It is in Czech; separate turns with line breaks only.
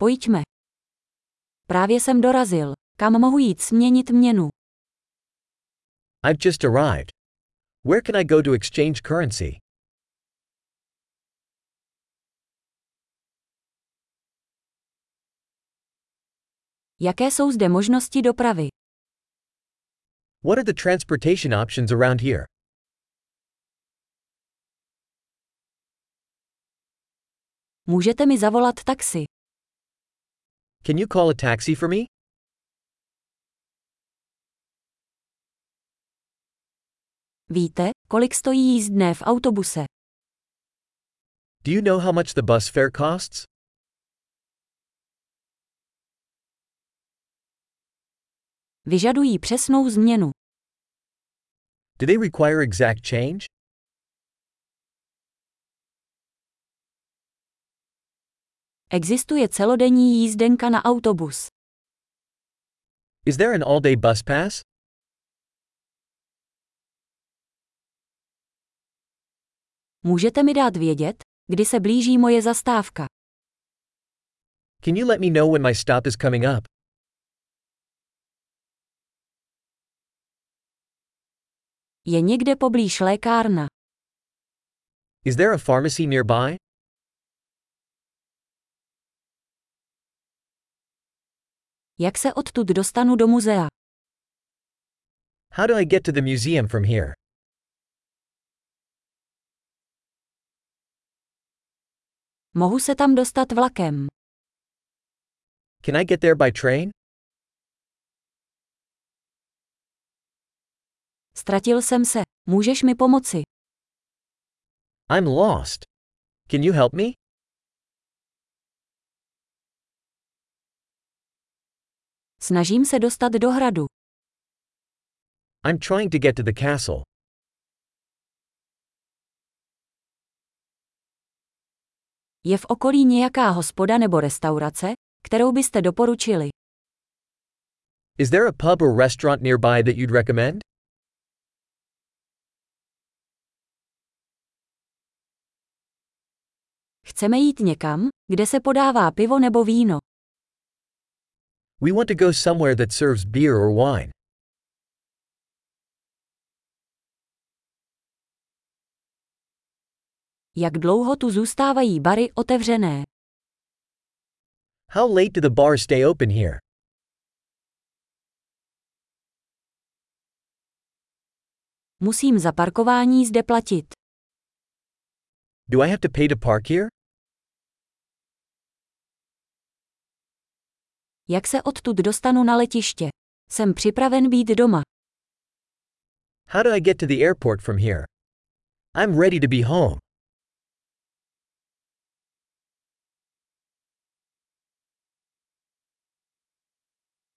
Pojďme. Právě jsem dorazil. Kam mohu jít směnit měnu?
I've just arrived. Where can I go to exchange currency?
Jaké jsou zde možnosti dopravy?
What are the transportation options around here?
Můžete mi zavolat taxi.
Can you call a taxi for me?
Víte, kolik stojí jízdné v autobuse?
Do you know how much the bus fare costs?
Vyžadují přesnou změnu.
Do they require exact change?
Existuje celodenní jízdenka na autobus.
Is there an all day bus pass?
Můžete mi dát vědět, kdy se blíží moje zastávka?
Can you let me know when my stop is coming up?
Je někde poblíž lékárna.
Is there a pharmacy nearby?
Jak se odtud dostanu do muzea?
How do I get to the museum from here?
Mohu se tam dostat vlakem.
Can I get there by train?
Ztratil jsem se. Můžeš mi pomoci?
I'm lost. Can you help me?
Snažím se dostat do hradu.
I'm trying to get to the castle.
Je v okolí nějaká hospoda nebo restaurace, kterou byste doporučili?
Is there a pub or restaurant nearby that you'd recommend?
Chceme jít někam, kde se podává pivo nebo víno.
We want to go somewhere that serves beer or wine.
Jak dlouho tu zůstávají bary otevřené?
How late do the bars stay open here?
Musím za parkování zde platit.
Do I have to pay to park here?
Jak se odtud dostanu na letiště? Jsem připraven být doma.
How do I get to the airport from here? I'm ready to be home.